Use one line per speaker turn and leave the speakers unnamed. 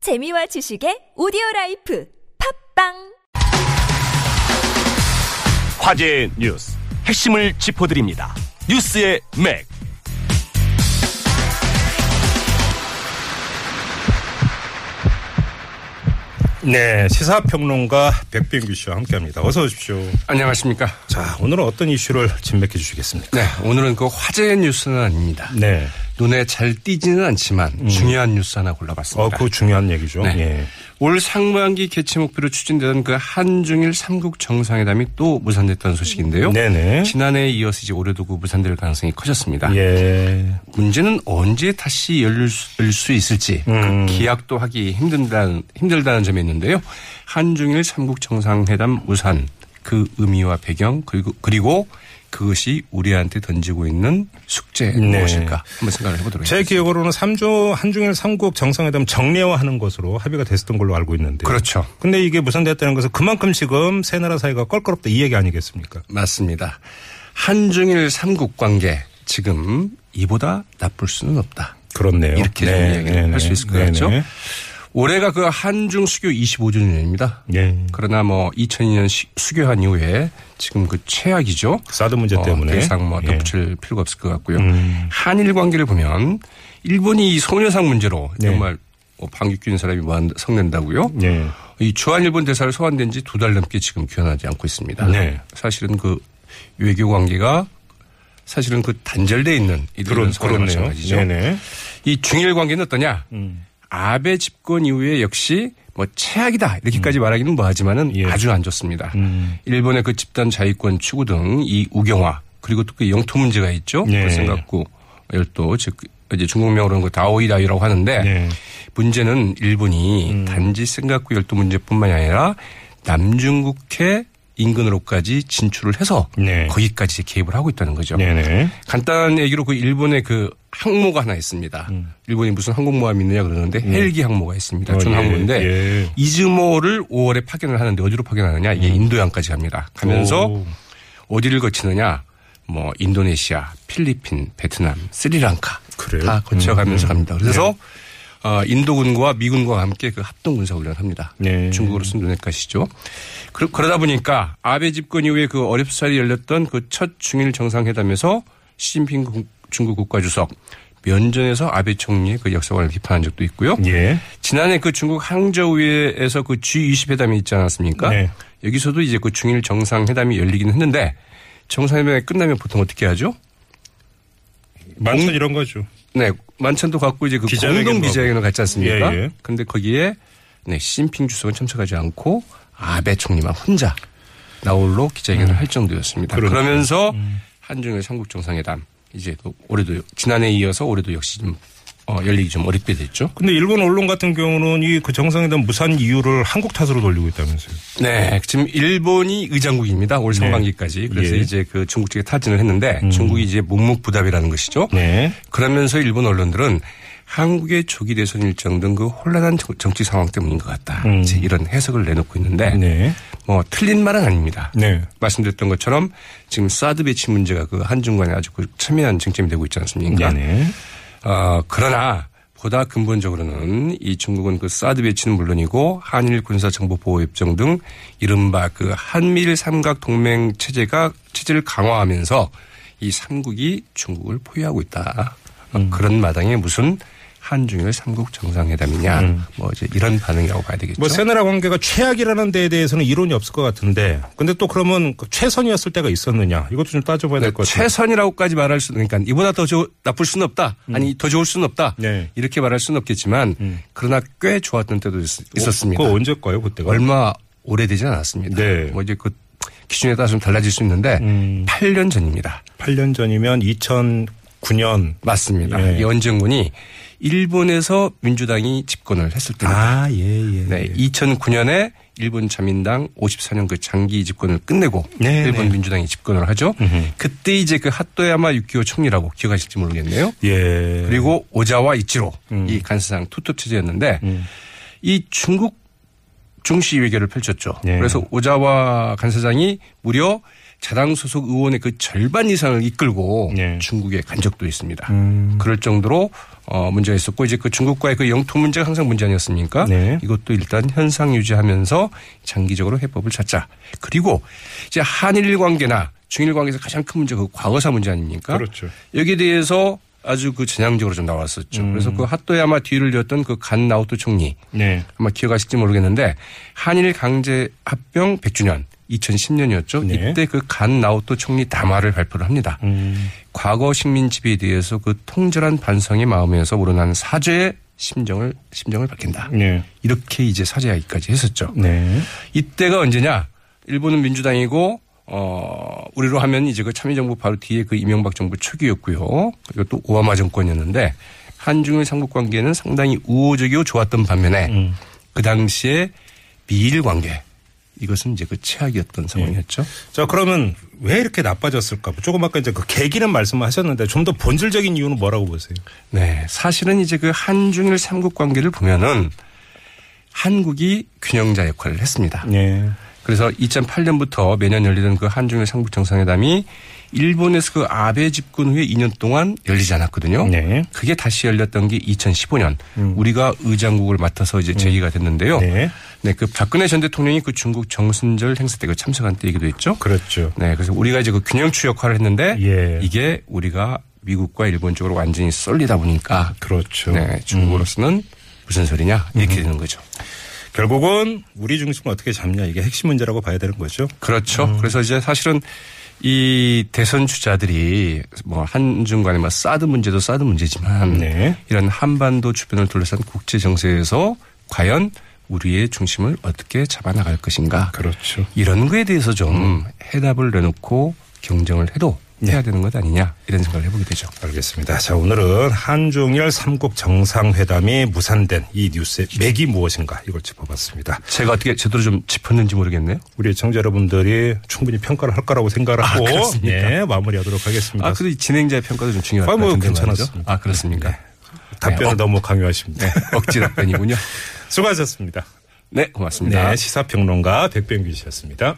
재미와 지식의 오디오 라이프 팝빵
화제의 뉴스 핵심을 짚어드립니다. 뉴스의 맥.
네, 시사평론가 백병규 씨와 함께합니다. 어서 오십시오.
안녕하십니까.
자, 오늘은 어떤 이슈를 진맥해 주시겠습니까?
네, 오늘은 그 화제의 뉴스는 아닙니다.
네,
눈에 잘 띄지는 않지만 중요한 뉴스 하나 골라봤습니다.
음. 어, 그 중요한 얘기죠.
네.
예.
올 상반기 개최 목표로 추진되던 그 한중일 삼국 정상회담이 또 무산됐다는 소식인데요.
네네.
지난해에 이어서 이제 올해도 그 무산될 가능성이 커졌습니다.
예.
문제는 언제 다시 열릴 수, 열릴 수 있을지
음.
그 기약도 하기 힘든다는, 힘들다는 점이 있는데요. 한중일 삼국 정상회담 무산 그 의미와 배경 그리고, 그리고 그것이 우리한테 던지고 있는 숙제
네.
무엇일까 한번 생각을 해보도록
제
하겠습니다.
기억으로는 삼조 한중일 삼국 정상회담 정례화하는 것으로 합의가 됐었던 걸로 알고 있는데.
그렇죠.
근데 이게 무산됐다는 것은 그만큼 지금 세 나라 사이가 껄끄럽다 이 얘기 아니겠습니까?
맞습니다. 한중일 삼국 관계 지금 이보다 나쁠 수는 없다.
그렇네요.
이렇게 좀
네,
이야기를
네네.
할 수 있을 것
네네.
같죠. 올해가 그 한중 수교 25주년입니다.
예.
그러나 뭐 2002년 시- 수교한 이후에 지금 그 최악이죠.
사드 문제
어,
때문에.
더 이상 뭐
예. 음.
덧붙일 필요가 없을 것 같고요. 한일 관계를 보면 일본이 이 소녀상 문제로
네.
정말 뭐 방귀 뀌는 사람이 뭐한 성낸다고요.
예.
이 주한일본 대사를 소환된 지 두 달 넘게 지금 귀환하지 않고 있습니다.
네.
사실은 그 외교 관계가 사실은 그 단절돼 있는 이들은
그런,
서로
그렇네요.
마찬가지죠.
네네.
이 중일 관계는 어떠냐?
음.
아베 집권 이후에 역시 뭐 최악이다 이렇게까지 말하기는 뭐하지만은
음. 예. 음.
아주 안 좋습니다. 일본의 그 집단 자위권 추구 등 이 우경화 그리고 또 그 영토 문제가 있죠.
예.
그생각고 열도 즉 이제 중국명으로는 그 다오이다유라고 하는데
예. 음.
문제는 일본이 단지 생각고 열도 문제뿐만이 아니라 남중국해 인근으로까지 진출을 해서
네.
거기까지 개입을 하고 있다는 거죠.
네네.
간단한 얘기로 그 일본의 그 항모가 하나 있습니다. 일본이 무슨 항공모함이 있느냐 그러는데 헬기 항모가 있습니다.
음. 예. 어,
전
예,
항모인데
예.
이즈모를 5월에 파견을 하는데 어디로 파견하느냐 이게 인도양까지 갑니다. 가면서
음. 오.
어디를 거치느냐 뭐 인도네시아, 필리핀, 베트남, 스리랑카
그래요? 음,
다 거쳐가면서 갑니다. 그래서
예.
어, 인도군과 미군과 함께 그 합동 군사 훈련을 합니다.
네.
중국으로서는 눈엣 가시죠. 그러, 그러다 보니까 아베 집권 이후에 그 어렵사리 열렸던 그 첫 중일 정상회담에서 시진핑 국- 중국 국가주석 면전에서 아베 총리의 그 역사관을 비판한 적도 있고요.
예.
지난해 그 중국 항저우에서 그 G20 회담이 있지 않았습니까?
네.
여기서도 이제 그 중일 정상회담이 열리긴 했는데 정상회담이 끝나면 보통 어떻게 하죠?
만천 이런 거죠.
네, 만찬도 갖고 이제 그
기자회견도
공동 기자회견을
하고.
갖지 않습니까?
예, 예.
근데 거기에 네, 시진핑 주석은 참석하지 않고 아베 총리만 혼자 나홀로 기자회견을 할 정도였습니다.
음. 그러니까요. 음.
그러면서 한중일 삼국 정상회담 이제 또 올해도 지난해에 이어서 올해도 역시 좀 어, 열리기 좀 어렵게 됐죠.
근데 일본 언론 같은 경우는 이 그 정상회담 무산 이유를 한국 탓으로 돌리고 있다면서요.
네, 지금 일본이 의장국입니다. 올 상반기까지. 그래서
네. 예. 음.
이제 그 중국 측에 타진을 했는데 중국이 이제 묵묵부답이라는 것이죠.
네.
그러면서 일본 언론들은 한국의 조기 대선 일정 등 그 혼란한 정- 정치 상황 때문인 것 같다. 이제 이런 해석을 내놓고 있는데
음. 네.
뭐 틀린 말은 아닙니다.
네.
말씀드렸던 것처럼 지금 사드 배치 문제가 그 한중 간에 아주 그 첨예한 쟁점이 되고 있지 않습니까?
네네.
어, 그러나 보다 근본적으로는 이 중국은 그 사드 배치는 물론이고 한일 군사 정보 보호 협정 등 이른바 그 한미일 삼각 동맹 체제가 체제를 강화하면서 이 삼국이 중국을 포위하고 있다. 어,
음.
그런 마당에 무슨 한중일 삼국 정상회담이냐 뭐 이제 이런 반응이라고 봐야 되겠죠.
음. 뭐 세 나라 관계가 최악이라는 데에 대해서는 이론이 없을 것 같은데 근데 또 그러면 그 최선이었을 때가 있었느냐 이것도 좀 따져봐야 될 것 같아요.
네, 그러니까 최선이라고까지 말할 수는 그러니까 이보다 더 좋, 나쁠 수는 없다. 아니 더 좋을 수는 없다.
음. 네. 음.
이렇게 말할 수는 없겠지만 그러나 꽤 좋았던 때도 있, 었습니다
뭐 그거 언제 거예요 그때가?
얼마 오래되지 않았습니다.
네. 음.
뭐 이제 그 기준에 따라 좀 달라질 수 있는데 8년 전입니다.
8년 전이면 2009년.
맞습니다.
예.
이 연정군이 일본에서 민주당이 집권을 했을 때입니다.
아 예예.
네, 2009년에 일본 자민당 54년 그 장기 집권을 끝내고
네,
일본
네.
민주당이 집권을 하죠. 그때 이제 그 핫도야마 6.25 총리라고 기억하실지 모르겠네요.
예.
그리고 오자와 이치로
음.
이 간사상 투톱 체제였는데 이 중국 중시 외교를 펼쳤죠.
예.
그래서 오자와 간사장이 무려 자당 소속 의원의 그 절반 이상을 이끌고
예. 음.
중국에 간 적도 있습니다. 그럴 정도로 어, 문제가 있었고 이제 그 중국과의 그 영토 문제가 항상 문제 아니었습니까?
네.
이것도 일단 현상 유지하면서 장기적으로 해법을 찾자. 그리고 이제 한일 관계나 중일 관계에서 가장 큰 문제가 그 과거사 문제 아닙니까?
그렇죠.
여기에 대해서 아주 그 전향적으로 좀 나왔었죠.
음.
그래서 그 핫도야마 뒤를 이었던 그 간 나우토 총리
네.
아마 기억하실지 모르겠는데 한일 강제 합병 100주년 2010년이었죠.
네.
이때 그 간 나우토 총리 담화를 발표를 합니다.
음.
과거 식민 지배에 대해서 그 통절한 반성의 마음에서 우러난 사죄의 심정을 심정을 밝힌다.
네.
이렇게 이제 사죄하기까지 했었죠.
네.
이때가 언제냐? 일본은 민주당이고 어 우리로 하면 이제 그 참여정부 바로 뒤에 그 이명박 정부 초기였고요. 그리고 또 오바마 정권이었는데 한중일 삼국 관계는 상당히 우호적이고 좋았던 반면에 그 당시에 미일 관계 이것은 이제 그 최악이었던 상황이었죠.
자, 그러면 왜 이렇게 나빠졌을까? 조금 아까 이제 그 계기는 말씀을 하셨는데 좀 더 본질적인 이유는 뭐라고 보세요?
네, 사실은 이제 그 한중일 삼국 관계를 보면은 한국이 균형자 역할을 했습니다.
네.
그래서 2008년부터 매년 열리던 그 한중일 삼국 정상회담이 일본에서 그 아베 집권 후에 2년 동안 열리지 않았거든요.
네. 음.
그게 다시 열렸던 게 2015년 우리가 의장국을 맡아서 이제 제기가 됐는데요.
네.
네, 그 박근혜 전 대통령이 그 중국 정순절 행사 때 그 참석한 때이기도 했죠.
그렇죠.
네, 그래서 우리가 이제 그 균형추 역할을 했는데
예.
이게 우리가 미국과 일본 쪽으로 완전히 쏠리다 보니까
그렇죠. 음.
네, 중국으로서는 무슨 소리냐 이렇게 되는 거죠.
결국은 우리 중심을 어떻게 잡냐 이게 핵심 문제라고 봐야 되는 거죠.
그렇죠. 그래서 이제 사실은 이 대선 주자들이 뭐 한중 간에 뭐 사드 문제도 사드 문제지만
네.
이런 한반도 주변을 둘러싼 국제 정세에서 과연 우리의 중심을 어떻게 잡아 나갈 것인가.
그렇죠.
이런 거에 대해서 좀 해답을 내놓고 경쟁을 해도 해야 되는 것 아니냐 이런 생각을 해보게 되죠.
알겠습니다. 자, 오늘은 한중일 삼국 정상회담이 무산된 이 뉴스의 맥이 무엇인가 이걸 짚어봤습니다.
제가 어떻게 제대로 좀 짚었는지 모르겠네요.
우리 청자 여러분들이 충분히 평가를 할 거라고 생각하고
그렇습니까?
네, 마무리하도록 하겠습니다.
아, 그래도 이 진행자의 평가도 좀 중요할
아,
것
뭐
같은데
괜찮았습니다.
말이죠. 아, 그렇습니까?
답변을
네,
너무 강요하십니다.
어, 억지 답변이군요.
수고하셨습니다.
네, 고맙습니다.
네, 시사평론가 백병규 씨였습니다.